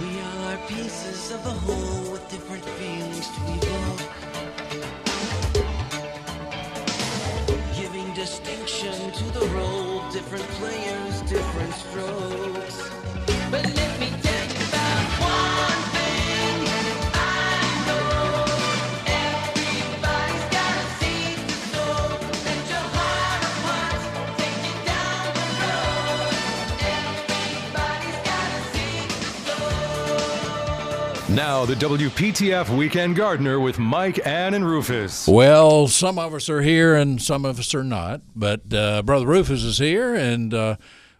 We all are pieces of a whole with different feelings to evoke. Giving distinction to the role, different players, different strokes. But let me tell you about one thing I know. Everybody's got a seed to sow. Let your heart of hearts take you down the road. Everybody's got a seed to Now, the WPTF Weekend Gardener with Mike, Ann, and Rufus. Well, some of us are here and some of us are not. But uh, Brother Rufus is here, and uh,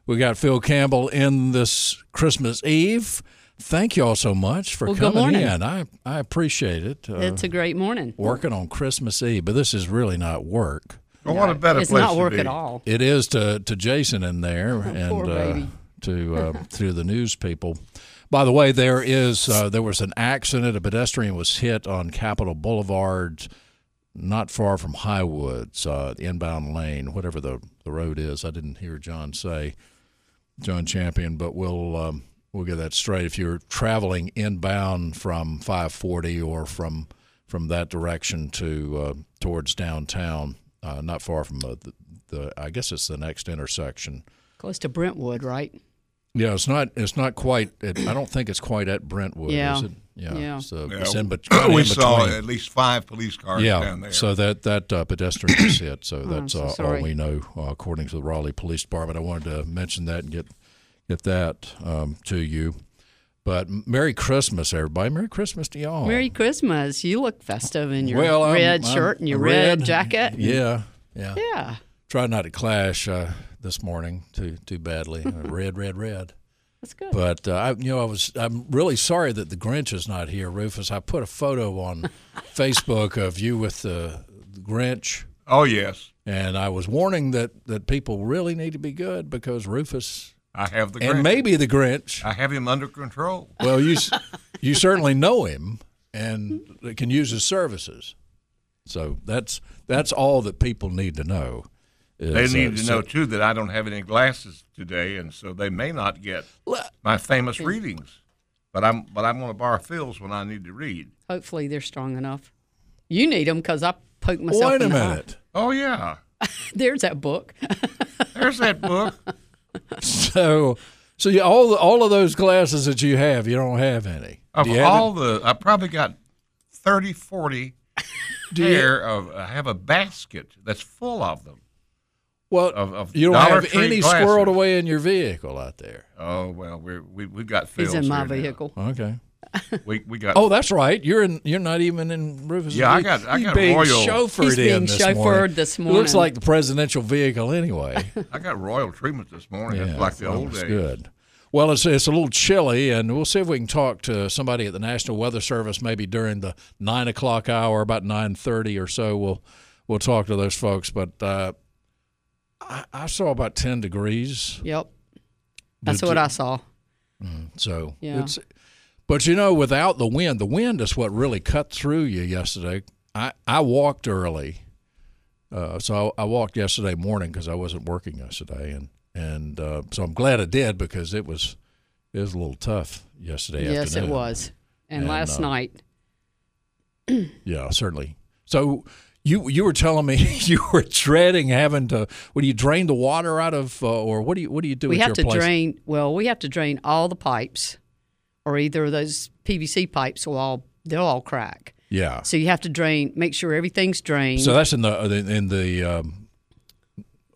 we got Phil Campbell in this Christmas Eve. Thank you all so much for Well, good coming in. morning. I, I appreciate it. Uh, It's a great morning. working on Christmas Eve, but this is really not work. Well, what a better it's place not to work be. at all. It is to, to Jason in Oh. there and poor uh, baby. to uh, to the news people. By the way, there is uh, there was an accident. A pedestrian was hit on Capitol Boulevard, not far from Highwoods, uh, the inbound lane, whatever the, the road is. I didn't hear John say, John Champion, but we'll um, we'll get that straight. If you're traveling inbound from 540 or from from that direction to uh, towards downtown, uh, not far from uh, the, the I guess it's the next intersection. Close to Brentwood, right? Yeah, it's not. It's not quite. It, I don't think it's quite at Brentwood. Yeah. Is it? Yeah. Yeah. So Yeah, it's in, bet- kinda we in saw between. at least five police cars yeah. down there. So that that uh, pedestrian was hit. So that's Oh, so uh, all sorry. we know uh, according to the Raleigh Police Department. I wanted to mention that and get get that um, to you. But Merry Christmas, everybody! Merry Christmas to y'all. Merry Christmas. You look festive in your well, I'm- red I'm shirt and your red, jacket. Yeah. Yeah. Yeah. Tried not to clash uh, this morning too too badly. Uh, red, red, red. That's good. But uh, I, you know, I was I'm really sorry that the Grinch is not here, Rufus. I put a photo on Facebook of you with the, the Grinch, oh yes, and I was warning that that people really need to be good because Rufus I have the and Grinch. maybe the Grinch. I have him under control. Well, you s- you certainly know him and can use his services. So that's that's all that people need to know. They is, uh, need to so- know too that I don't have any glasses today, and so they may not get Le- my famous readings. But I'm but I'm going to borrow Phil's when I need to read. Hopefully they're strong enough. You need them because I poked myself Wait a in the eye. minute. Oh yeah, There's that book. there's that book. So, so you, all all of those glasses that you have, you don't have any. Of do you have all the, I probably got 30, 40 pair of. I have a basket that's full of them. well, of- of you don't Dollar have Tree any glasses. squirreled away in your vehicle out there. Oh well, we're, we we've got Phil's He's in my here now. vehicle. Okay. We we got Oh, that's right. You're in. You're not even in Rufus. Yeah, I got- I you got being royal- chauffeured He's being in this morning. chauffeured this It Looks morning. like the presidential vehicle anyway. I got royal treatment this morning. Yeah, it's like the well, old it's days. Good. Well, it's it's a little chilly, and we'll see if we can talk to somebody at the National Weather Service maybe during the nine o'clock hour, about nine thirty or so. We'll we'll talk to those folks. But uh, I, I saw about ten degrees, yep. That's Did what you- I saw. so Yeah. it's. But you know, without the wind, the wind is what really cut through you yesterday. I I walked early, uh, so I, I walked yesterday morning because I wasn't working yesterday, and and uh, so I'm glad I did because it was it was a little tough yesterday yes, afternoon. it was. And, And, last uh, night, Yeah, certainly. So you you were telling me you were dreading having to. What do you drain the water out of, uh, or what do you what do you do? we at have your to place? drain, well, we have to drain all the pipes, or either those PVC pipes will all, they'll all crack. Yeah. So you have to drain, make sure everything's drained. So that's in the in the um,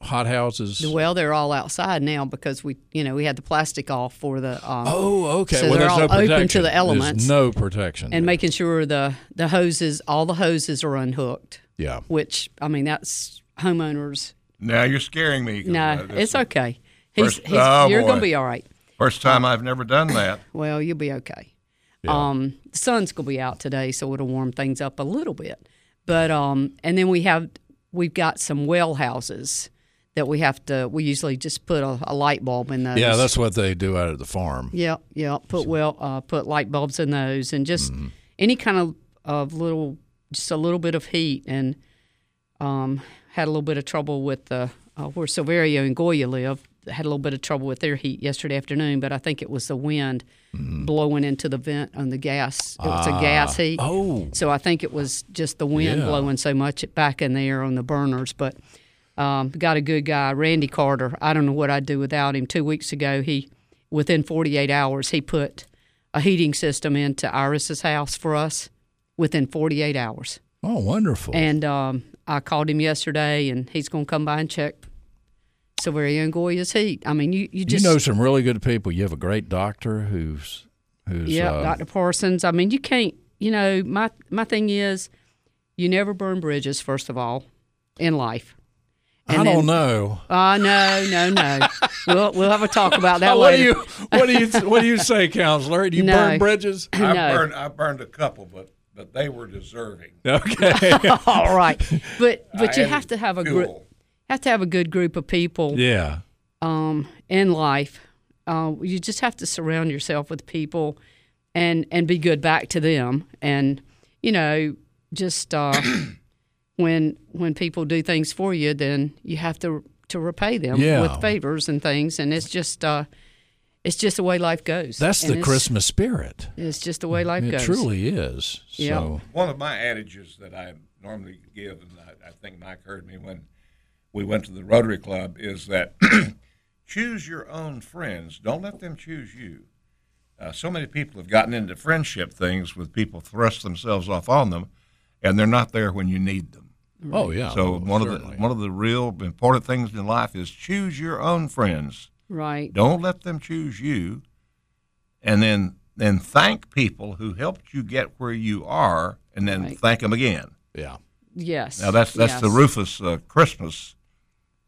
hothouses? Well, they're all outside now because we, you know, we had the plastic off for the. Um, Oh, okay. So well, they're there's all no open protection. to the elements. There's no protection. and there. making sure the the hoses, all the hoses are unhooked. yeah. Which I mean, that's homeowners. Now you're scaring me. 'cause, uh, No, this it's is okay. He's, First- he's oh, you're boy. gonna be all right. the First time I've never done that. Well, you'll be okay. Um, the sun's gonna be out today, so it'll warm things up a little bit. But um, and then we have we've got some well houses that we have to. We usually just put a, a light bulb in those. Yeah, that's what they do out at the farm. yeah, yeah. Put well, uh, put light bulbs in those, and just any kind of of little, just a little bit of heat, and um, had a little bit of trouble with the uh, where Silverio and Goya live. Had a little bit of trouble with their heat yesterday afternoon, but I think it was the wind blowing into the vent on the gas. It was a gas heat. Oh. So I think it was just the wind Yeah. blowing so much back in there on the burners. But um, got a good guy, Randy Carter. I don't know what I'd do without him. Two weeks ago, he within 48 hours he put a heating system into Iris's house for us within 48 hours. Oh, wonderful. And um, I called him yesterday, and he's going to come by and check Silverio and Goya's heat. I mean, you you just you know some really good people. You have a great doctor who's who's Yeah, uh, Dr. Parsons. I mean, you can't. You know, my my thing is, you never burn bridges. First of all, in life. I and don't then- know. Uh, no, no, no. we'll we'll have a talk about that what do you later. what do you what do you say, counselor? Do you No. burn bridges? I No. burned I burned a couple, but but they were deserving. Okay. all right, but but you added have to have a group. fuel. Have to have a good group of people yeah. um, in life. Uh, you just have to surround yourself with people, and and be good back to them. And you know, just uh, when when people do things for you, then you have to to repay them Yeah. with favors and things. And it's just uh, it's just the way life goes. That's And the it's- Christmas spirit. It's just the way life It goes. truly is. Yeah. So One of my adages that I normally give, and I, I think Mike heard me when we went to the Rotary Club, is that choose your own friends. Don't let them choose you. Uh, so many people have gotten into friendship things with people thrust themselves off on them, and they're not there when you need them. Oh yeah. So well, one of the certainly. one of the real important things in life is choose your own friends. right? Don't let them choose you, and then then thank people who helped you get where you are, and then Right. thank them again. Yeah. Yes. Now that's that's the yes. Rufus uh, Christmas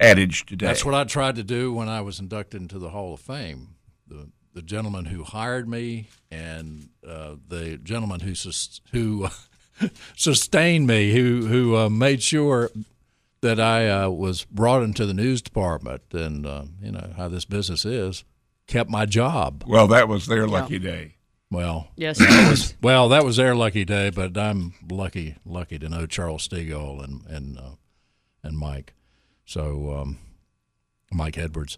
adage today. That's what I tried to do when I was inducted into the Hall of Fame. The the gentleman who hired me and uh, the gentleman who sus- who sustained me, who who uh, made sure that I uh, was brought into the news department, and uh, you know how this business is, kept my job. well, that was their lucky day. Well, Yes, it is. well, that was their lucky day, but I'm lucky, lucky to know Charles Stegall and and uh, and Mike. So um, Mike Edwards,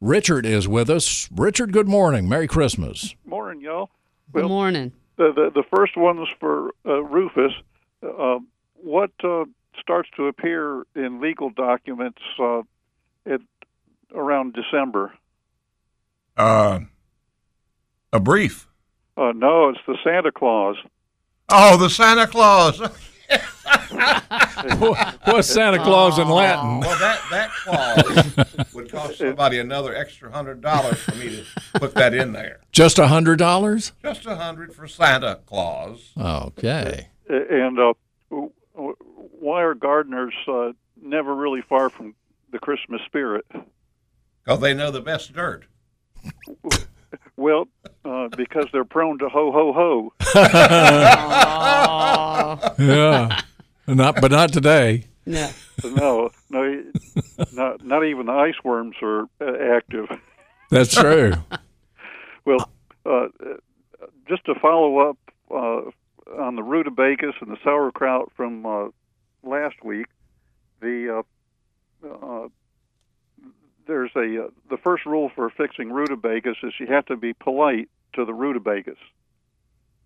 Richard is with us. Richard, good morning. Merry Christmas. Morning, y'all. Good morning. The the, the first one's for uh, Rufus. Uh, what uh, starts to appear in legal documents uh, at around December? Uh, a brief. Uh, no, it's the Santa Claus. Oh, the Santa Claus. well, What's Santa Claus in Latin? that that clause would cost somebody another extra hundred dollars for me to put that in there. Just a hundred dollars? Just a hundred for Santa Claus. Okay. A- And uh, w- w- why are gardeners uh, never really far from the Christmas spirit? Because they know the best dirt. Well, uh, because they're prone to ho ho ho. Yeah. not, but not today. No. No, no, not not even the ice worms are uh, active. That's true. Well, uh, just to follow up uh, on the rutabagas and the sauerkraut from uh, last week, the uh, uh, there's a uh, the first rule for fixing rutabagas is you have to be polite to the rutabagas.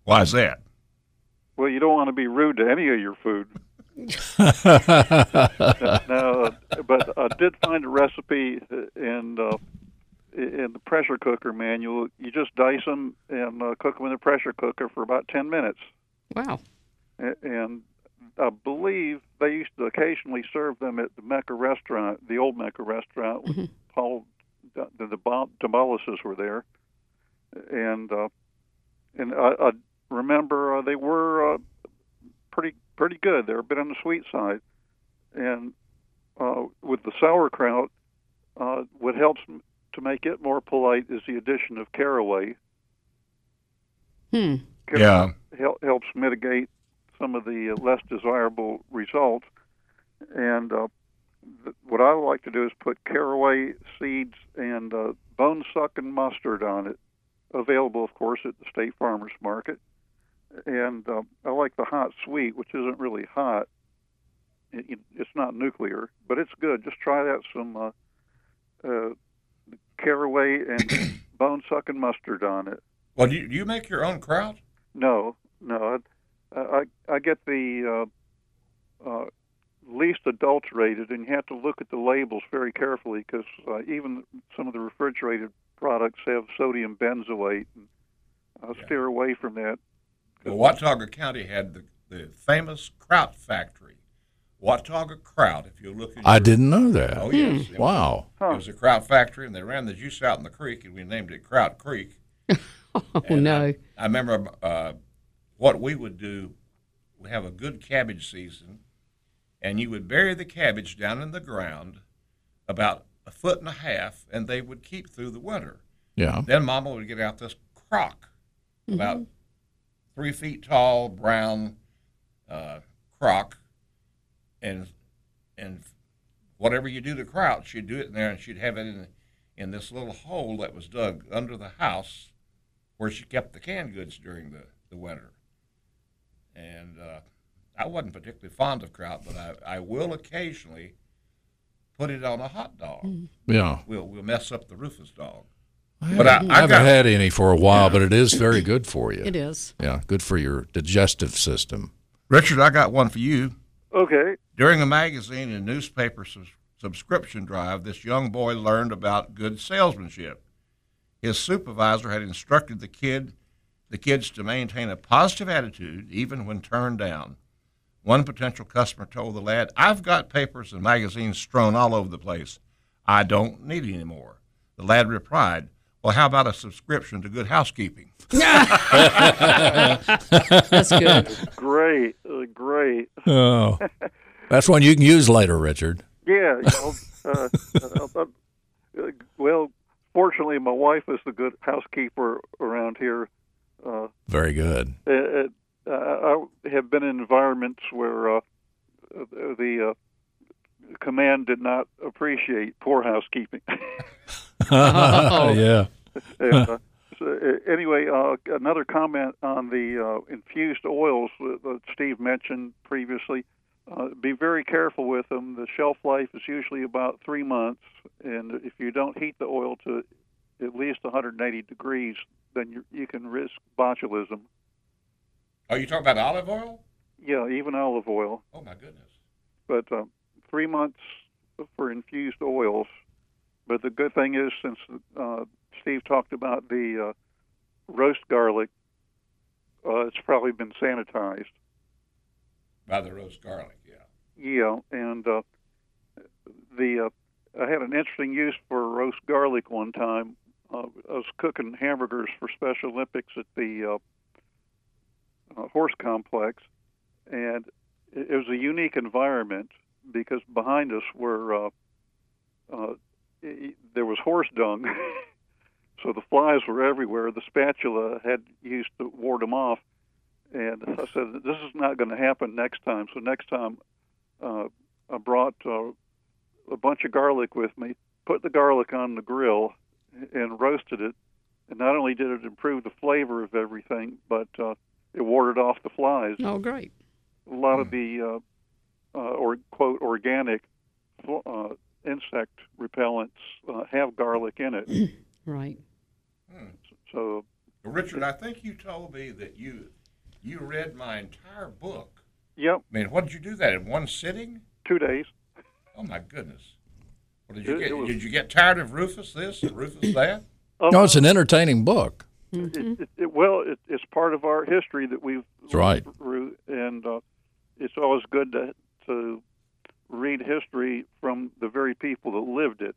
Why is that? Well, you don't want to be rude to any of your food. no, but I did find a recipe in uh, in the pressure cooker manual. You just dice them and uh, cook them in the pressure cooker for about ten minutes, Wow. A- and I believe they used to occasionally serve them at the Mecca restaurant, the old Mecca restaurant. With Paul, the, the Bo- Demolishes were there, and uh, and I, I remember uh, they were uh, pretty pretty good. They're a bit on the sweet side, and uh, with the sauerkraut, uh, what helps m- to make it more polite is the addition of caraway. Hmm. Car- Yeah. hel- helps mitigate some of the uh, less desirable results. And uh, th- what I like to do is put caraway seeds and uh, bone sucking mustard on it, available, of course, at the state farmers market. And uh, I like the hot sweet, which isn't really hot. It, it- it's not nuclear, but it's good. Just try that some uh, uh, caraway and bone sucking mustard on it. Well, do you, do you make your own kraut? No, no. I I, I get the uh, uh, least adulterated, and you have to look at the labels very carefully because uh, even some of the refrigerated products have sodium benzoate. And I steer away from that. Well, Watauga County had the, the famous kraut factory. Watauga Kraut, if you look at I your- didn't know that. Oh, yes. It was- Wow. It was a kraut factory, and they ran the juice out in the creek, and we named it Kraut Creek. Oh And no. I, I remember uh, what we would do. We have a good cabbage season, and you would bury the cabbage down in the ground about a foot and a half, and they would keep through the winter. Yeah. Then Mama would get out this crock, about three feet tall, brown uh, crock, and and whatever you do to kraut, she'd do it in there, and she'd have it in in this little hole that was dug under the house, where she kept the canned goods during the the winter. And uh, I wasn't particularly fond of kraut, but I, I will occasionally put it on a hot dog. Yeah. We'll we'll mess up the Rufus dog. But I, I haven't got- had any for a while, but it is very good for you. It is. Yeah, good for your digestive system. Richard, I got one for you. Okay. During a magazine and newspaper sus- subscription drive, this young boy learned about good salesmanship. His supervisor had instructed the kid, the kids to maintain a positive attitude even when turned down. One potential customer told the lad, "I've got papers and magazines strewn all over the place. I don't need any more." The lad replied, "Well, how about a subscription to Good Housekeeping?" That's good. Great. Uh, great. Oh. That's one you can use later, Richard. Yeah. You know, uh, uh, uh, uh, well, fortunately, my wife is the good housekeeper around here. Uh, Very good. uh, uh, I have been in environments where uh, the uh, command did not appreciate poor housekeeping. yeah. And, uh, so, uh, anyway, uh, another comment on the uh, infused oils that, that Steve mentioned previously. Uh, be very careful with them. The shelf life is usually about three months, and if you don't heat the oil to at least 180 degrees, then you, you can risk botulism. Are Oh, you talking about olive oil? Yeah, even olive oil. Oh my goodness. but uh, three months for infused oils. But the good thing is, since uh, Steve talked about the uh, roast garlic, uh, it's probably been sanitized. By the roast garlic, yeah. Yeah, and uh, the uh, I had an interesting use for roast garlic one time. Uh, I was cooking hamburgers for Special Olympics at the uh, uh, horse complex, and it, it was a unique environment because behind us were uh, uh, it, there was horse dung, so the flies were everywhere. The spatula had used to ward them off. And I said, "This is not going to happen next time." So next time, uh, I brought uh, a bunch of garlic with me, put the garlic on the grill, and roasted it. And not only did it improve the flavor of everything, but uh, it warded off the flies. Oh great. A lot Hmm. of the uh, uh, or quote organic fl- uh, insect repellents uh, have garlic in Hmm. it, Right. so Well, Richard, I think you told me that you you read my entire book. yep, I mean, what did you do that in one sitting? two days. Oh my goodness! Well, did you It- get it was- did you get tired of Rufus this and Rufus that? Oh, No, it's an entertaining book. it, it, it, well, it, it's part of our history that we've right. lived through, and uh, it's always good to, to read history from the very people that lived it.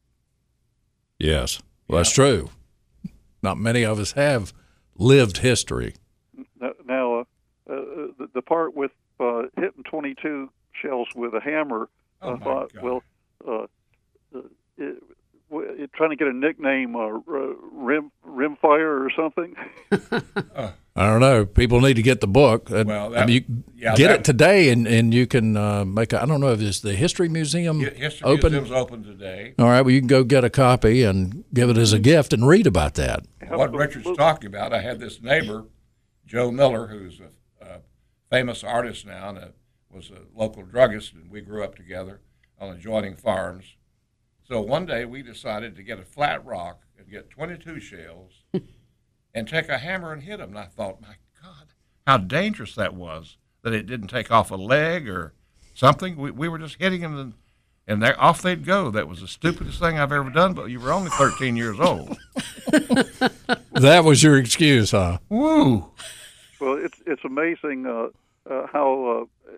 Yes, well, that's true. Not many of us have lived history. Now, uh, uh, the, the part with uh, hitting 22 shells with a hammer, Oh, I my thought, God. well, uh, uh, it, w- it, trying to get a nickname, uh, r- rim rimfire or something. I don't know. People need to get the book. Uh, Well, I that- mean, you yeah, get that- it today, and, and you can uh, make. A, I don't know if it's the history museum Hi- History open. Museum's open today. All right, well, you can go get a copy and give it as a gift and read about that. What Richard's talking about, I had this neighbor, Joe Miller, who's a, a famous artist now and a, was a local druggist, and we grew up together on adjoining farms. So one day we decided to get a flat rock and get 22 shells and take a hammer and hit them. And I thought, my God, how dangerous that was that it didn't take off a leg or something. We, we were just hitting them and, and they, off they'd go. That was the stupidest thing I've ever done, but you were only 13 years old. That was your excuse, huh? Woo! Well, it's it's amazing uh, uh, how uh,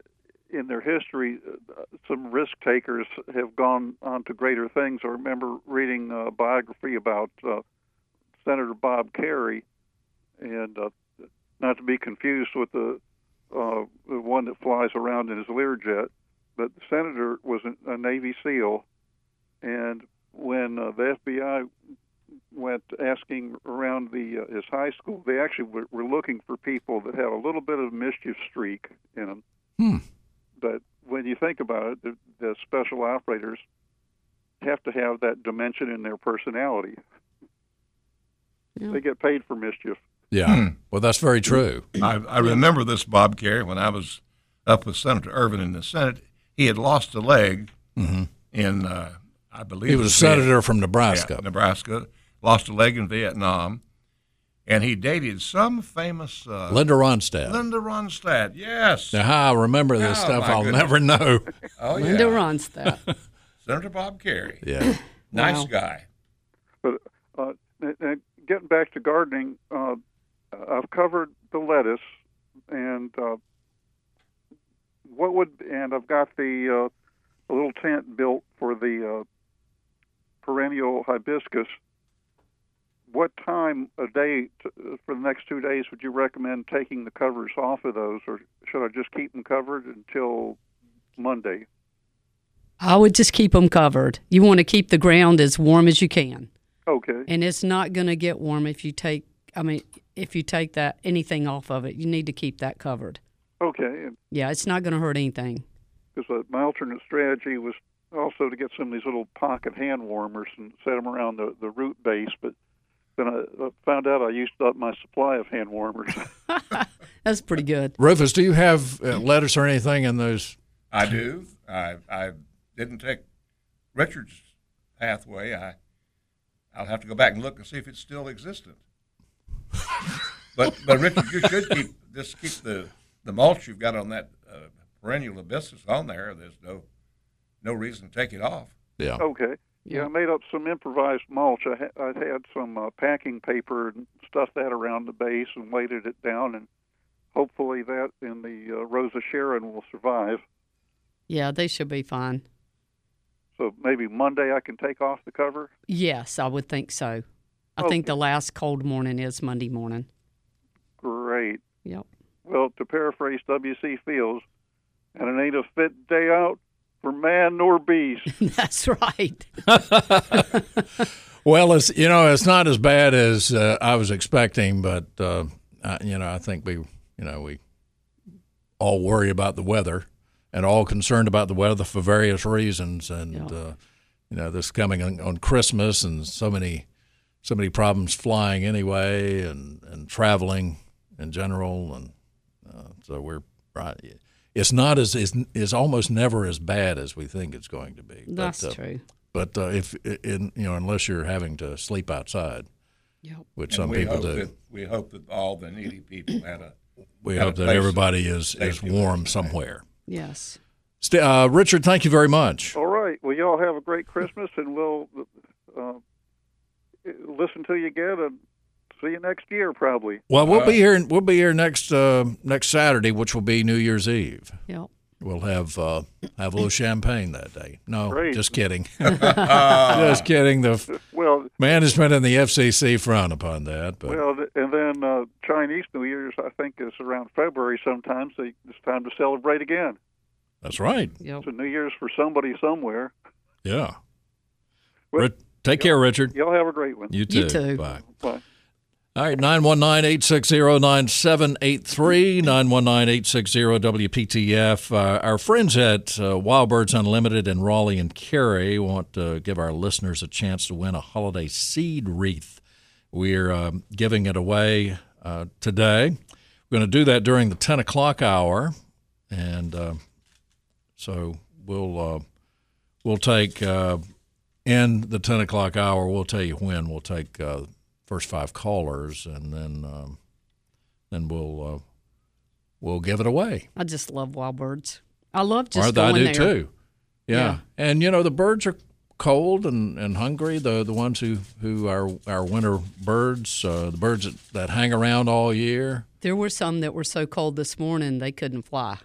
in their history uh, some risk takers have gone on to greater things. I remember reading a biography about uh, Senator Bob Kerry, and uh, not to be confused with the uh, the one that flies around in his Learjet, but the senator was a a Navy SEAL, and when uh, the FBI went asking around the uh, his high school. They actually were, were looking for people that had a little bit of mischief streak in them. Hmm. But when you think about it, the, the special operators have to have that dimension in their personality. Yeah. They get paid for mischief. Yeah. Hmm. Well, that's very true. I, I remember this Bob Kerry when I was up with Senator Irvin in the Senate. He had lost a leg in, uh, I believe, Mm-hmm. He was a Viet- senator from yeah, Nebraska. Nebraska. Lost a leg in Vietnam, and he dated some famous uh, Linda Ronstadt. Linda Ronstadt. Yes. Now, how I remember this Oh, stuff, my I'll goodness. never know. Oh yeah. Linda Ronstadt. Senator Bob Kerry. Yeah. Nice Wow. guy. But uh, and- and getting back to gardening, uh, I've covered the lettuce, and uh, what would and I've got the uh, a little tent built for the uh, perennial hibiscus. What time a day t- for the next two days would you recommend taking the covers off of those, or should I just keep them covered until Monday? I would just keep them covered. You want to keep the ground as warm as you can. Okay. And it's not going to get warm if you take, I mean, if you take that anything off of it, you need to keep that covered. Okay. And Yeah, it's not going to hurt anything. because my alternate strategy was also to get some of these little pocket hand warmers and set them around the, the root base. But then I I found out I used up my supply of hand warmers. That's pretty good. Rufus, do you have uh, lettuce or anything in those? I do. I I didn't take Richard's pathway. I I'll have to go back and look and see if it's still existent. but but Richard, you should keep just keep the the mulch you've got on that uh, perennial hibiscus on there. There's no no reason to take it off. Yeah. okay. Yeah, I made up some improvised mulch. I, ha- I had some uh, packing paper and stuffed that around the base and weighted it down, and hopefully that and the uh, Rosa Sharon will survive. Yeah, they should be fine. So maybe Monday I can take off the cover. Yes, I would think so. I think the last cold morning is Monday morning. Great. Yep. Well, to paraphrase W.C. Fields, and it ain't a fit day out for man nor beast. That's right. Well, it's you know it's not as bad as uh, I was expecting, but uh, I, you know I think we you know we all worry about the weather and all concerned about the weather for various reasons, and Yeah. uh, you know this coming on, on Christmas and so many so many problems flying anyway and and traveling in general, and uh, so we're right. It's not as is is almost never as bad as we think it's going to be. But, That's uh, true. but uh, if in, you know, unless you're having to sleep outside, Yep. which And some we people hope do, That, we hope that all the needy people had a we have hope a that place- everybody is is safety warm somewhere. Yes. St- uh, Richard, thank you very much. All right. Well, y'all have a great Christmas, and we'll uh, listen to you again and see you next year, probably. uh, Well, we'll be here. We'll be here next uh, next Saturday, which will be New Year's Eve. Yep. We'll have uh, have a little champagne that day. No, Great. just kidding. uh, just kidding. The f- Well, management and the FCC frown upon that, but well, th- and then uh, Chinese New Year's, I think, is around February. Sometimes they, it's time to celebrate again. that's right. Yep. It's a New Year's for somebody somewhere. Yeah. Well- Ri- take care, Richard. Y'all have a great one. You too. You too. Bye. Bye. All right, 919-860-9783, 919-860-WPTF. Uh, our friends at uh, Wild Birds Unlimited in Raleigh and Cary want to give our listeners a chance to win a holiday seed wreath. We're um, giving it away uh, today. We're going to do that during the 10 o'clock hour, and uh, so we'll uh, we'll take uh, in the 10 o'clock hour, we'll tell you when. We'll take uh, first five callers, and then um, then we'll uh, we'll give it away. I just love wild birds. I love just Aren't they? going I do there. too. Yeah. Yeah. and you know the birds are cold and, and hungry. The the ones who who are our winter birds, uh, the birds that, that hang around all year. There were some that were so cold this morning they couldn't fly.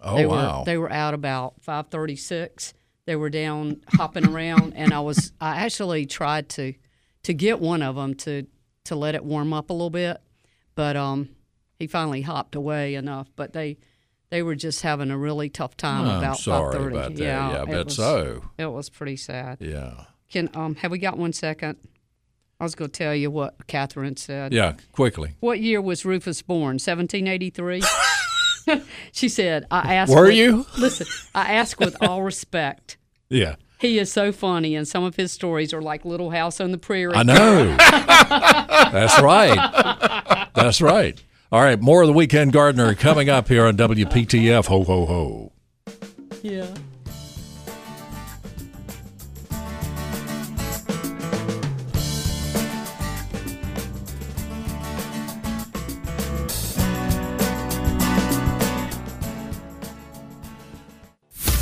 Oh they wow! Were, they were out about 5:36. They were down hopping around, and I was I actually tried to to get one of them to to let it warm up a little bit, but um, he finally hopped away enough. But they they were just having a really tough time Oh, I'm about sorry 5:30. about that. Yeah, Yeah, I it bet was- so. It was pretty sad. Yeah, Can um have we got one second? I was going to tell you what Catherine said. yeah. Quickly, What year was Rufus born? 1783. she said, "I asked." Were with- you? Listen, I ask with all respect. yeah. He is so funny, and some of his stories are like Little House on the Prairie. I know. That's right. That's right. All right, more of the Weekend Gardener coming up here on WPTF. Ho, ho, ho. Yeah.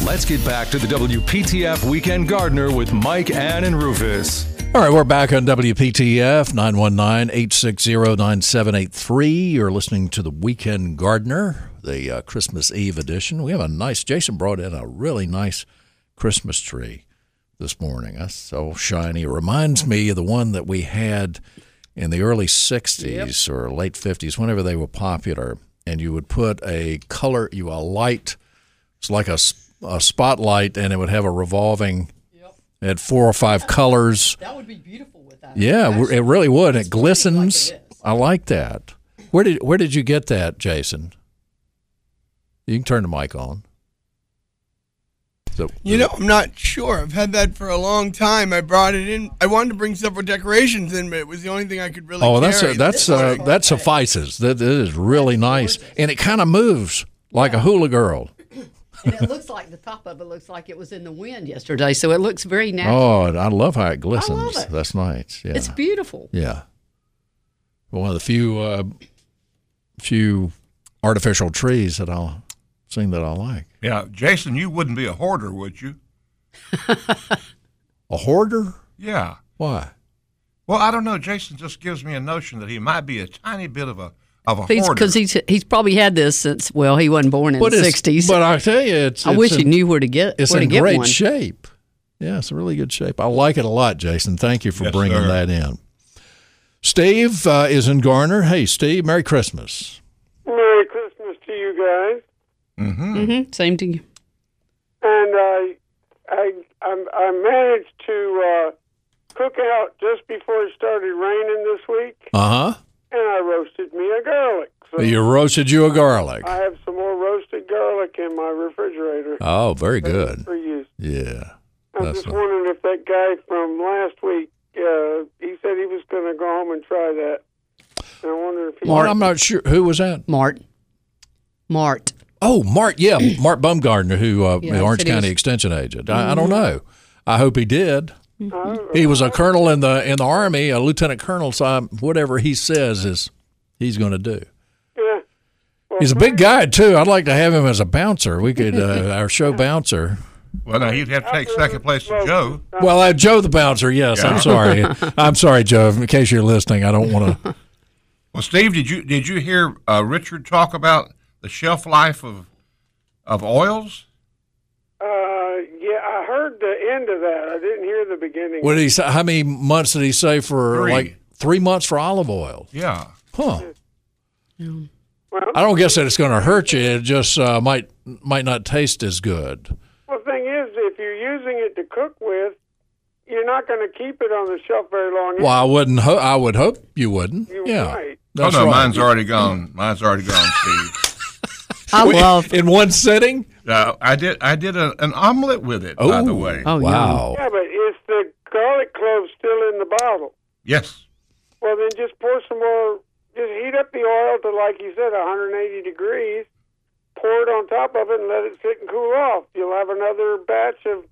Let's get back to the WPTF Weekend Gardener with Mike, Ann, and Rufus. All right, we're back on WPTF 919 860 9783. You're listening to The Weekend Gardener, the uh, Christmas Eve edition. We have a nice, Jason brought in a really nice Christmas tree this morning. That's so shiny. It reminds me of the one that we had in the early 60s or late 50s, whenever they were popular. And you would put a color, you a light, it's like a, s- a spotlight, and it would have a revolving. It had four or five colors. That would be beautiful with that. Yeah, w- it really would. It glistens. I like that. Where did where did you get that, Jason? You can turn the mic on. So uh, You know, I'm not sure. I've had that for a long time. I brought it in. I wanted to bring several decorations in, but it was the only thing I could really. oh, that's a, carry. that's uh that suffices. That, that is really nice, and it kind of moves like a hula girl. And it looks like the top of it looks like it was in the wind yesterday, so it looks very natural. Oh, and I love how it glistens. it. That's nice. Oh, Yeah, It's beautiful. yeah. One of the few uh, few artificial trees that I'll sing that I like. Yeah, Jason, you wouldn't be a hoarder, would you? A hoarder? Yeah. Why? Well, I don't know. Jason just gives me a notion that he might be a tiny bit of a of a hoarder. Because he's, he's probably had this since well he wasn't born in But the it's- '60s. But I tell you, it's. I it's wish in, he knew where to get It's where to in get great one. shape. Yeah, it's in really good shape. I like it a lot, Jason. Thank you for Yes, bringing sir. that in. Steve uh, is in Garner. Hey, Steve, Merry Christmas. Merry Christmas to you guys. mm-hmm. hmm Same to you. And I, I, I, I managed to uh, cook out just before it started raining this week, Uh and I roasted me a garlic. So huh. You roasted you a garlic. I have some more roasted garlic in my refrigerator Oh, very good. for use. Yeah. I was That's just a- wondering if that guy from last week, uh, he said he was going to go home and try that. And I wonder if he. Mart, I'm not sure who was that. Mart. Mart. Oh, Mart. Yeah, Mart Bumgardner, who uh, Yeah, Orange said he County was- Extension agent. I, I don't know. I hope he did. I- He was a colonel in the in the army, a lieutenant colonel. So I'm, whatever he says is he's going to do. yeah. Well, He's a big guy too. I'd like to have him as a bouncer. We could uh, our show bouncer. Well, now he'd have to take second place to Joe. Well, uh, Joe the bouncer. Yes, I'm sorry. I'm sorry, Joe. In case you're listening, I don't want to. Well, Steve, did you did you hear uh, Richard talk about the shelf life of of oils? Uh, yeah, I heard the end of that. I didn't hear the beginning. What did he say? How many months did he say for Three. like three months for olive oil? Yeah. Oh, Huh. Well, I don't guess that it's going to hurt you. It just uh, might might not taste as good. well, the thing is, if you're using it to cook with, you're not going to keep it on the shelf very long. Well, I wouldn't. Ho- I would hope you wouldn't. You're yeah. right. That's oh no, right. mine's already gone. Mine's already gone, Steve. I love. in one sitting. Uh, I did. I did a, an omelet with it, by the way. Oh, wow. Yeah, but is the garlic clove still in the bottle? Yes. Well, then just pour some more. Just heat up the oil to, like you said, 180 degrees. Pour it on top of it and let it sit and cool off. You'll have another batch of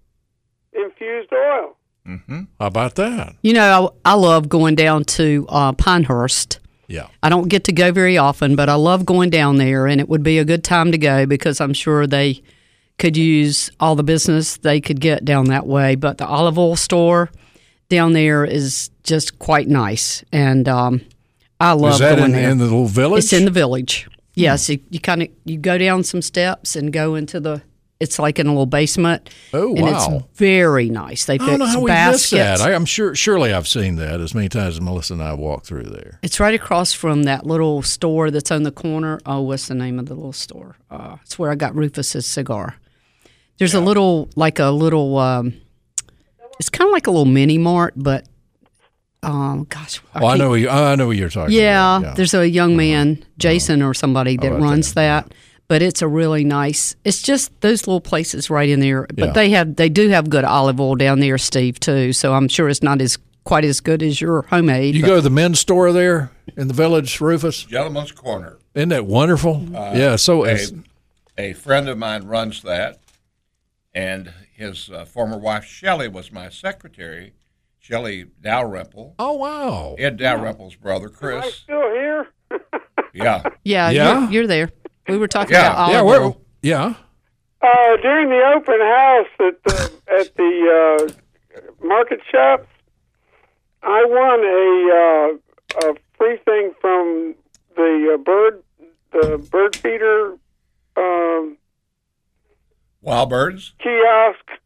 infused oil. Mm-hmm. How about that? You know, I, I love going down to uh, Pinehurst. Yeah. I don't get to go very often, but I love going down there, and it would be a good time to go because I'm sure they could use all the business they could get down that way. But the olive oil store down there is just quite nice, and um, I love Is that going in, there. in the little village? it's in the village. Yes, you, you kind of you go down some steps and go into the. It's like in a little basement. Oh, And wow. it's very nice. They I don't know fix how we missed that. baskets. I, I'm sure. Surely I've seen that as many times as Melissa and I walked through there. It's right across from that little store that's on the corner. Oh, what's the name of the little store? Uh, it's where I got Rufus's cigar. There's a little, like a little, um, it's kind of like a little mini mart, but um, gosh, Oh, I can't- know. You, I know what you're talking Yeah, about. Yeah. Mm-hmm. Oh, there's a young man, Jason or somebody, that runs that. But it's a really nice. It's just those little places right in there. But Yeah. they have, they do have good olive oil down there, Steve, too. So I'm sure it's not as quite as good as your homemade. You but- go to the men's store there in the village, Rufus. Gentleman's Corner. Isn't that wonderful? Uh, yeah. So a, it's- a friend of mine runs that, and his uh, former wife Shelley was my secretary. Shelley Dalrymple, Oh wow. Ed Dalrymple's brother, Am I Chris. still here? Yeah, Yeah. Yeah, You're, you're there. We were talking Yeah, about olive Yeah. oil. Where, yeah. Uh, during the open house at the at the uh, market shop, I won a uh, a free thing from the uh, bird the bird feeder um, Wild Birds. kiosk,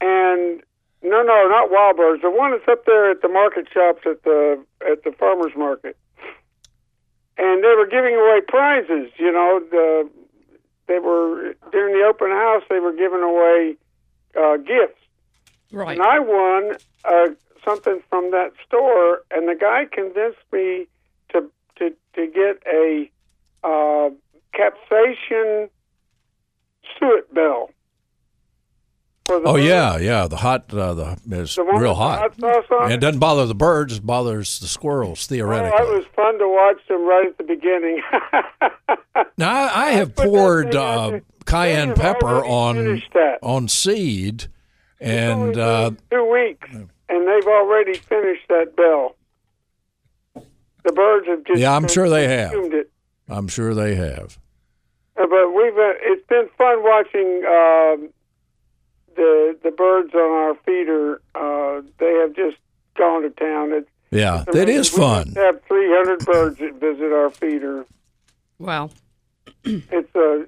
and no, no, not wild birds. The one that's up there at the market shops at the at the farmers market, and they were giving away prizes. You know, the they were during the open house. They were giving away uh, gifts, Right. and I won uh, something from that store. And the guy convinced me to to to get a uh, capsation suet bell. For the Oh bird. yeah. Yeah. The hot. Uh, the it's The one real with the hot. hot sauce on And it? it doesn't bother the birds. It bothers the squirrels Oh, theoretically. that was fun to watch them right at the beginning. Now I, I have But that poured thing uh, hasn't- cayenne they have pepper already on finished that. on seed, and Only uh, been two weeks, and they've already finished that bell. The birds have just Yeah, I'm sure they have. consumed it. I'm sure they have. Uh, But we've uh, it's been fun watching um, the the birds on our feeder. Uh, they have just gone to town. It's Yeah, that is we fun. Have 300 birds that visit our feeder. Wow. It's uh,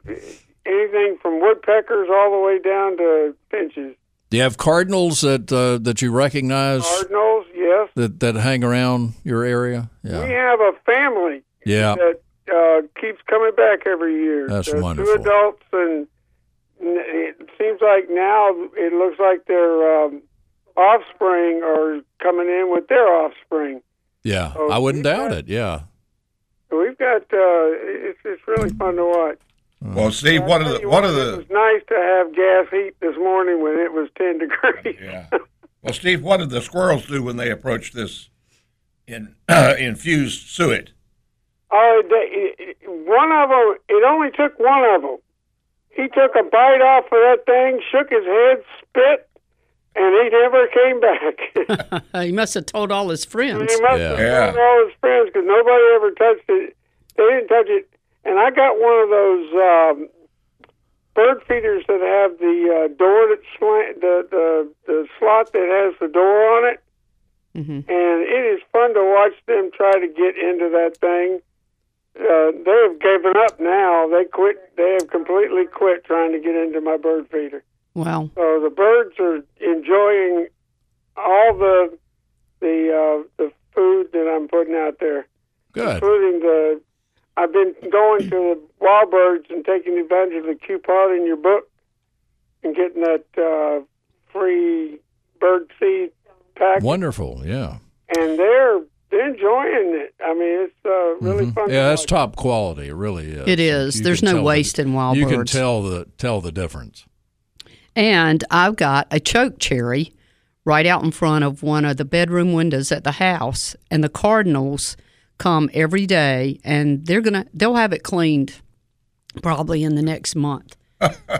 anything from woodpeckers all the way down to finches. Do you have cardinals that uh, that you recognize Cardinals, yes. that that hang around your area? We Yeah, have a family yeah. that uh, keeps coming back every year. That's There's wonderful. Two adults, and n- it seems like now it looks like their um, offspring are coming in with their offspring. Yeah, Oh, I wouldn't yeah. doubt it. Yeah. So we've got uh, it's it's really fun to watch. Well, Steve, one of the one What of It the was nice to have gas heat this morning when it was ten degrees. yeah. Well, Steve, what did the squirrels do when they approached this in, uh, infused suet? Oh, they, one of them. It only took one of them. He took a bite off of that thing, shook his head, spit, and he never came back. he he must have told all his friends. must Yeah. have Yeah. told all his friends because nobody ever touched it. They didn't touch it. And I got one of those um, bird feeders that have the uh, door that slant, the, the the slot that has the door on it. Mhm. And it is fun to watch them try to get into that thing. uh, they have given up now. They quit. They have completely quit trying to get into my bird feeder. Wow. So the birds are enjoying all the the uh, the food that I'm putting out there, Good. including the. I've been going to the wild birds and taking advantage of the coupon in your book and getting that uh, free bird seed pack, Wonderful. Yeah. and they're they're enjoying it. I mean, it's uh, really fun. to Mm-hmm. Yeah, that's watch. top quality. It really is. It is. You There's can no tell the- waste in wild You can birds. tell the tell the difference. And I've got a choke cherry right out in front of one of the bedroom windows at the house, and the cardinals come every day, and they're gonna they'll have it cleaned probably in the next month.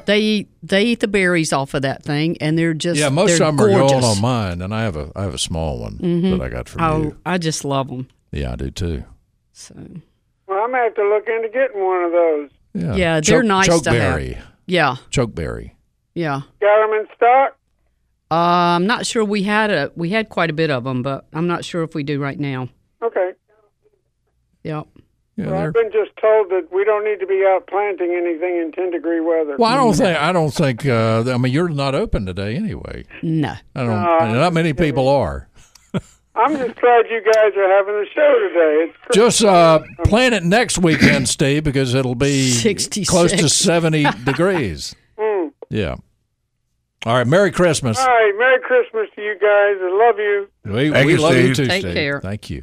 they eat they eat the berries off of that thing, and they're just yeah, most of they're them gorgeous. are going on mine, and I have a I have a small one that I got from Oh, you. I just love them. Yeah, I do too. So Well, I'm gonna have to look into getting one of those. Yeah, Yeah, they're Choke- nice to have. Chokeberry, yeah, chokeberry. yeah. Got 'em in stock. Uh, I'm not sure we had a we had quite a bit of them, but I'm not sure if we do right now. Okay. Yep. Yeah, Well, they're- I've been just told that we don't need to be out planting anything in 10 degree weather. well, I don't Mm-hmm. think I don't think. Uh, I mean, you're not open today anyway. No. I don't. not many people are. I'm just glad you guys are having the show today. It's great. Just uh, plan it next weekend, Steve, because it'll be 66. close to seventy degrees. Yeah. All right. Merry Christmas. All right. Merry Christmas to you guys. I love you. We, Thank we you, love you Steve. too, Take Steve. care. Thank you.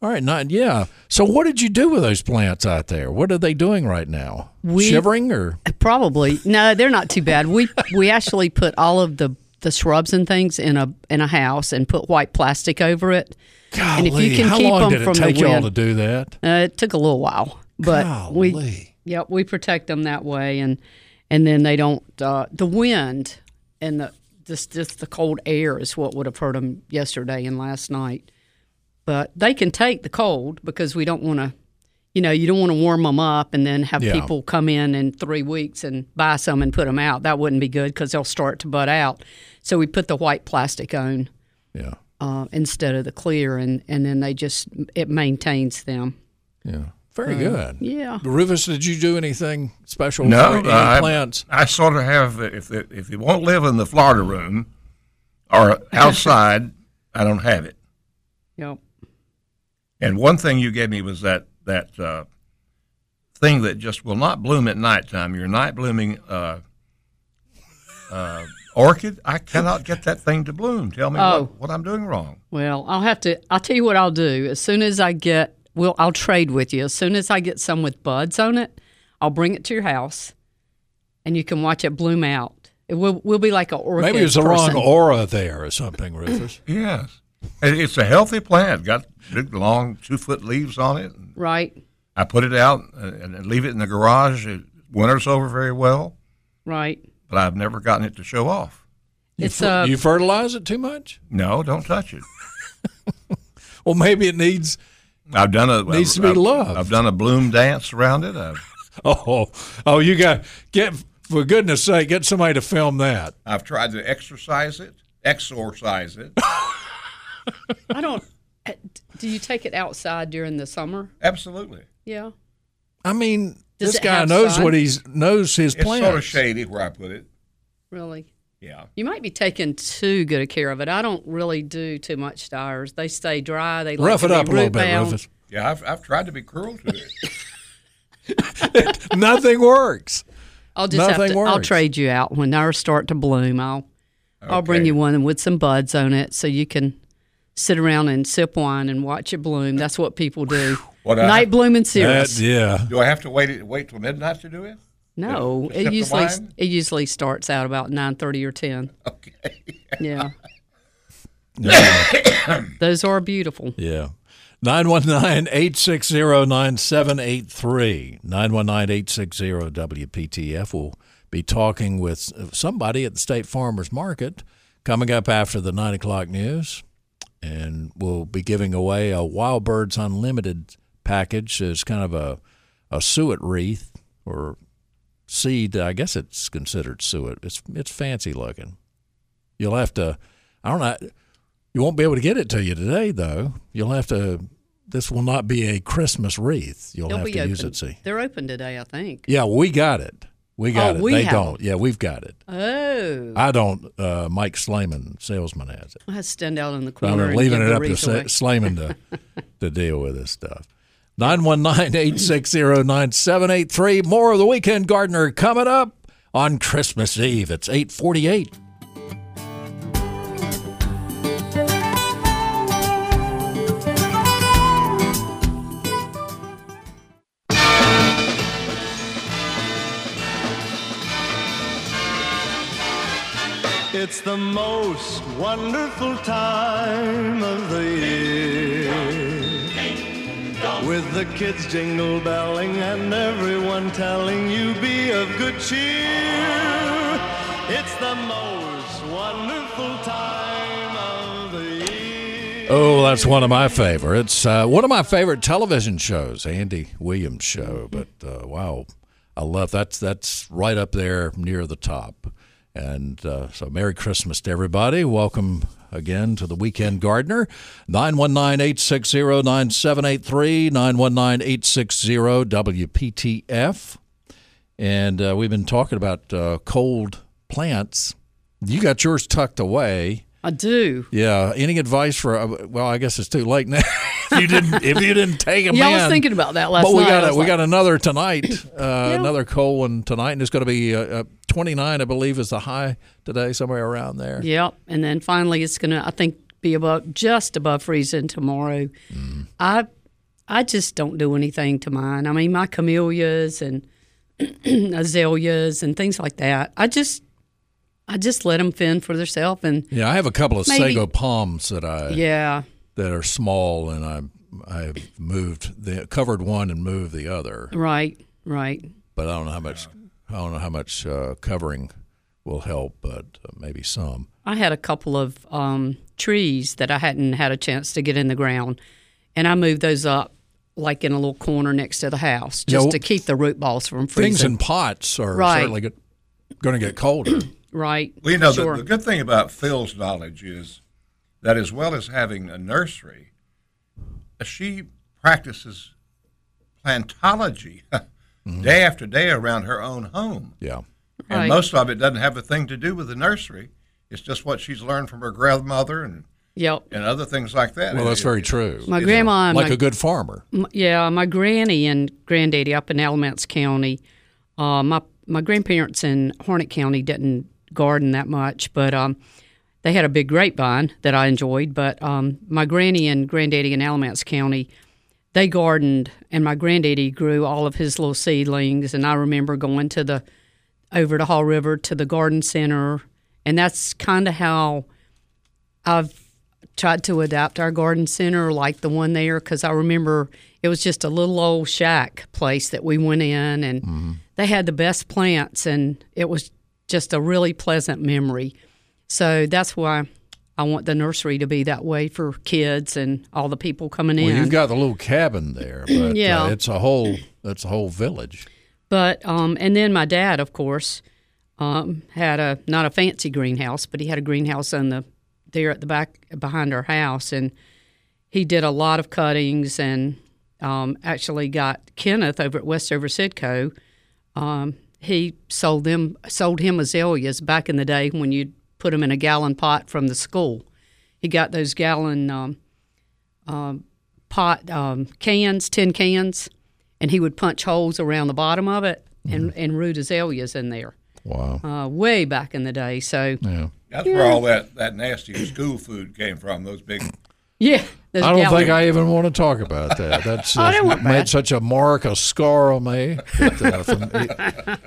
All right, not yeah. So, what did you do with those plants out there? What are they doing right now? We- Shivering or Probably no, they're not too bad. We we actually put all of the the shrubs and things in a in a house and put white plastic over it. golly? and if you can how keep long them did it from take the y'all wind, to do that? uh, it took a little while, but golly. we yep we protect them that way, and and then they don't uh, the wind and the just just the cold air is what would have hurt them yesterday and last night. But they can take the cold because we don't want to. You know, you don't want to warm them up and then have Yeah. people come in in three weeks and buy some and put them out. That wouldn't be good because they'll start to bud out. So we put the white plastic on yeah, uh, instead of the clear, and, and then they just it maintains them. yeah, very good. Yeah, Rufus, did you do anything special? for any uh, I- plants. I sort of have if it, if you won't live in the Florida room or outside, I don't have it. yep. And one thing you gave me was that that uh, thing that just will not bloom at nighttime. Your night blooming uh, uh, orchid. I cannot get that thing to bloom. Tell me Oh. what, what I'm doing wrong. Well, I'll have to. I'll tell you what I'll do. As soon as I get, well, I'll trade with you. As soon as I get some with buds on it, I'll bring it to your house, and you can watch it bloom out. It will. We'll be like an orchid. Maybe it's the person. wrong aura there or something, Rufus. Yes, It- it's a healthy plant. Got big, long, two foot leaves on it. Right. I put it out and, and leave it in the garage. It winters over very well, Right. but I've never gotten it to show off. You It's uh, fer- a- you fertilize it too much. No, don't touch it. Well, maybe it needs. I've done a Needs to be I've- loved. I've done a bloom dance around it. I've Oh, oh, you got get for goodness sake, get somebody to film that. I've tried to exercise it, exorcise it. I don't. uh, Do you take it outside during the summer? Absolutely. Yeah. I mean, Does this it guy have knows sun? what he's knows his It's plants. sort of shady where I put it. Really. Yeah. You might be taking too good a care of it. I don't really do too much to ours. They stay dry. They like Rough to it be up a little root bit, bound. Rufus. Yeah, I've, I've tried to be cruel to it. Nothing works. I'll just have Nothing to, I'll works. trade you out when ours start to bloom. I'll I'll bring Okay. you one with some buds on it so you can sit around and sip wine and watch it bloom. That's what people do. What I- Night blooming serious. That- yeah. Do I have to wait wait till midnight to do it? no, Just sip it the usually wine? it usually starts out about nine thirty or ten. Okay. Yeah, Yeah. those are beautiful. yeah. 919-860-9783. 919-860-WPTF. We'll be talking with somebody at the State Farmers Market coming up after the 9 o'clock news. And we'll be giving away a Wild Birds Unlimited package as kind of a, a suet wreath or seed. I guess it's considered suet. It's, it's fancy looking. You'll have to, I don't know. You won't be able to get it to you today, though. You'll have to this will not be a Christmas wreath. You'll They'll have be to open. use it. See, They're open today, I think. yeah, we got it. We got Oh, it. we they have don't. Yeah, we've got it. Oh, I don't. Uh, Mike Slayman, salesman, has it. I had to stand out in the Rather corner. than and leaving give it the up to wreath Sa- away. Slayman to, to deal with this stuff. 919-860-9783. More of the Weekend Gardener coming up on Christmas Eve. It's 848. It's the most wonderful time of the year. With the kids jingle belling and everyone telling you be of good cheer. It's the most wonderful time of the year. Oh, that's one of my favorites. Uh, one of my favorite television shows, Andy Williams' show. But uh, wow, I love that's that's right up there near the top. And uh, so, Merry Christmas to everybody. Welcome again to the Weekend Gardener. 919 860 9783, 919 860 WPTF. And uh, we've been talking about uh, cold plants. You got yours tucked away. I do. Yeah. Any advice for? uh, Well, I guess it's too late now. if you didn't, if you didn't take them, Yeah, I was thinking about that last But we night. got I a, was we like- got another tonight, uh, another cold one tonight, and it's going to be uh, uh, 29, I believe, is the high today, somewhere around there. Yep. And then finally, it's going to, I think, be about just above freezing tomorrow. Mm-hmm. I I just don't do anything to mine. I mean, my camellias and azaleas and things like that. I just I just let them fend for themselves. And Yeah, I have a couple of Maybe- sago palms that I yeah, that are small, and I I've moved the covered one and moved the other, right, right. but I don't know how much I don't know how much uh, covering will help, but uh, maybe some. I had a couple of um, trees that I hadn't had a chance to get in the ground, and I moved those up like in a little corner next to the house just Yeah, to keep the root balls from Things freezing. in pots are Right. certainly going to get colder. right. Well, you know, sure. the, the good thing about Phil's knowledge is that as well as having a nursery, uh, she practices plantology Mm-hmm. day after day around her own home. yeah. Right. And most of it doesn't have a thing to do with the nursery. It's just what she's learned from her grandmother and, Yep. and other things like that. Well, that's very true. My grandma and like my, a good farmer. m- yeah, my granny and granddaddy up in Alamance County. Uh, my my grandparents in Hornet County didn't garden that much, but um, they had a big grapevine that I enjoyed. But um, my granny and granddaddy in Alamance County, they gardened, and my granddaddy grew all of his little seedlings. And I remember going to the over to Hall River to the garden center, and that's kind of how I've tried to adapt our garden center like the one there because I remember it was just a little old shack place that we went in and Mm-hmm. they had the best plants and it was just a really pleasant memory. So that's why I want the nursery to be that way for kids and all the people coming in. Well, you've got the little cabin there, but Yeah. uh, it's a whole it's a whole village. But um, and then my dad, of course, um, had a not a fancy greenhouse, but he had a greenhouse on the there at the back behind our house, and he did a lot of cuttings and um, actually got Kenneth over at Westover Sidco. Um, he sold them sold him azaleas back in the day when you'd put them in a gallon pot from the school. He got those gallon um, pot um, cans, tin cans, and he would punch holes around the bottom of it and, and root azaleas in there Wow. uh, way back in the day. So, Yeah. That's where all that, that nasty school food came from, those big yeah. those I don't gallon- think I even want to talk about that. That's Oh, they that's weren't made bad. such a mark, a scar on me. But, uh, from-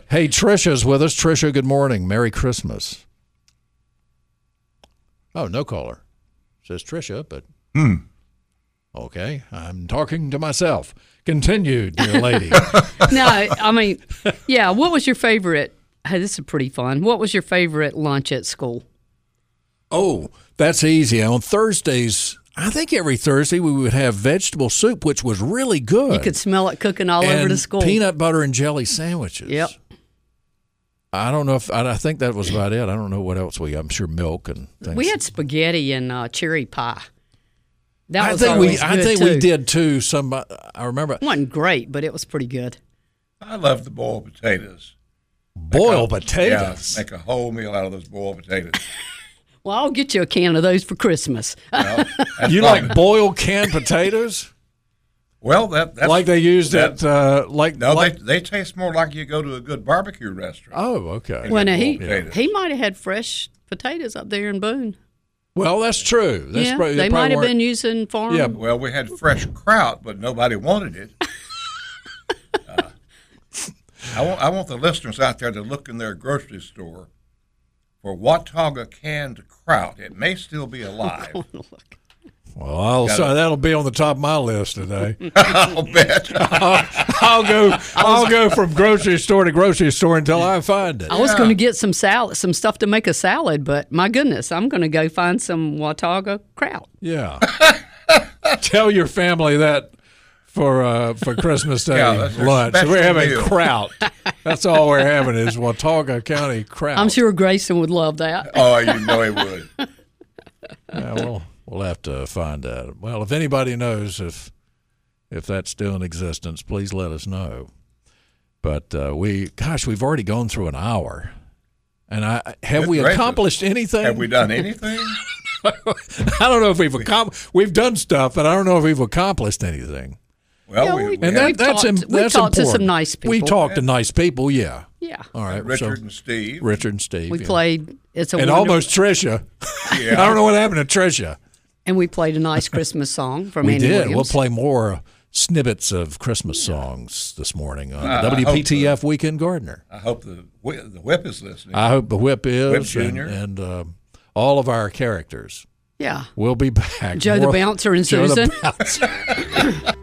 hey, Trisha's with us. Trisha, good morning. Merry Christmas. Oh, no caller. Says Trisha, but okay. I'm talking to myself. Continue, dear lady. no, I mean, yeah. What was your favorite? Hey, this is pretty fun. What was your favorite lunch at school? Oh, that's easy. On Thursdays, I think every Thursday we would have vegetable soup, which was really good. You could smell it cooking all over the And school. Peanut butter and jelly sandwiches. Yep. I don't know if I, I think that was about it. I don't know what else we. I'm sure milk and things. We had spaghetti and uh, cherry pie. That I was think we always I good, think too. we did too. Some uh, I remember wasn't great, but it was pretty good. I love the boiled potatoes. boiled Yeah, potatoes. make a whole meal out of those boiled potatoes. Well, I'll get you a can of those for Christmas. That's you fine. like boiled canned potatoes, Well, that that's, like they used that- at uh, like No, like, they, they taste more like you go to a good barbecue restaurant. oh okay. well, now he potatoes. he might have had fresh potatoes up there in Boone. Well, that's true. That's yeah, probably, they probably might have weren't- been using farm. Yeah, Well, we had fresh kraut, but nobody wanted it. Uh, I want I want the listeners out there to look in their grocery store for Watauga canned kraut. It may still be alive. Well, I'll, Got so that'll be on the top of my list today. I'll bet. I'll go. I'll go from grocery store to grocery store until I find it. I was going to get some salad, some stuff to make a salad, but my goodness, I'm going to go find some Watauga kraut. Yeah. Tell your family that for uh, for Christmas Day Yeah, that's their lunch. special We're having meal. kraut. That's all we're having is Watauga County kraut. I'm sure Grayson would love that. Oh, you know he would. Yeah, we'll, we'll have to find out. Well, if anybody knows if if that's still in existence, please let us know. But uh, we, gosh, we've already gone through an hour, and I have Good we gracious. accomplished anything? Have we done anything? I don't know if we've accomplished. We've done stuff, but I don't know if we've accomplished anything. Well, Yeah, we, we- we had And that, that's talked- im- we've that's talked to important. some nice We people. talked to nice people. Yeah. Yeah, All right. Richard So, and Steve. Richard and Steve. we yeah. played. It's a and Wonder- almost Tricia. I don't know what happened to Tricia. and we played a nice Christmas song from We Andy did. Williams. We'll play more snippets of Christmas songs this morning on the I hope WPTF Weekend Gardener. I hope the whi- the whip is listening. I hope the Whip is Whip Junior. and, and um, all of our characters. Yeah. We'll be back. Joe the Bouncer and Joe the Susan. Bouncer.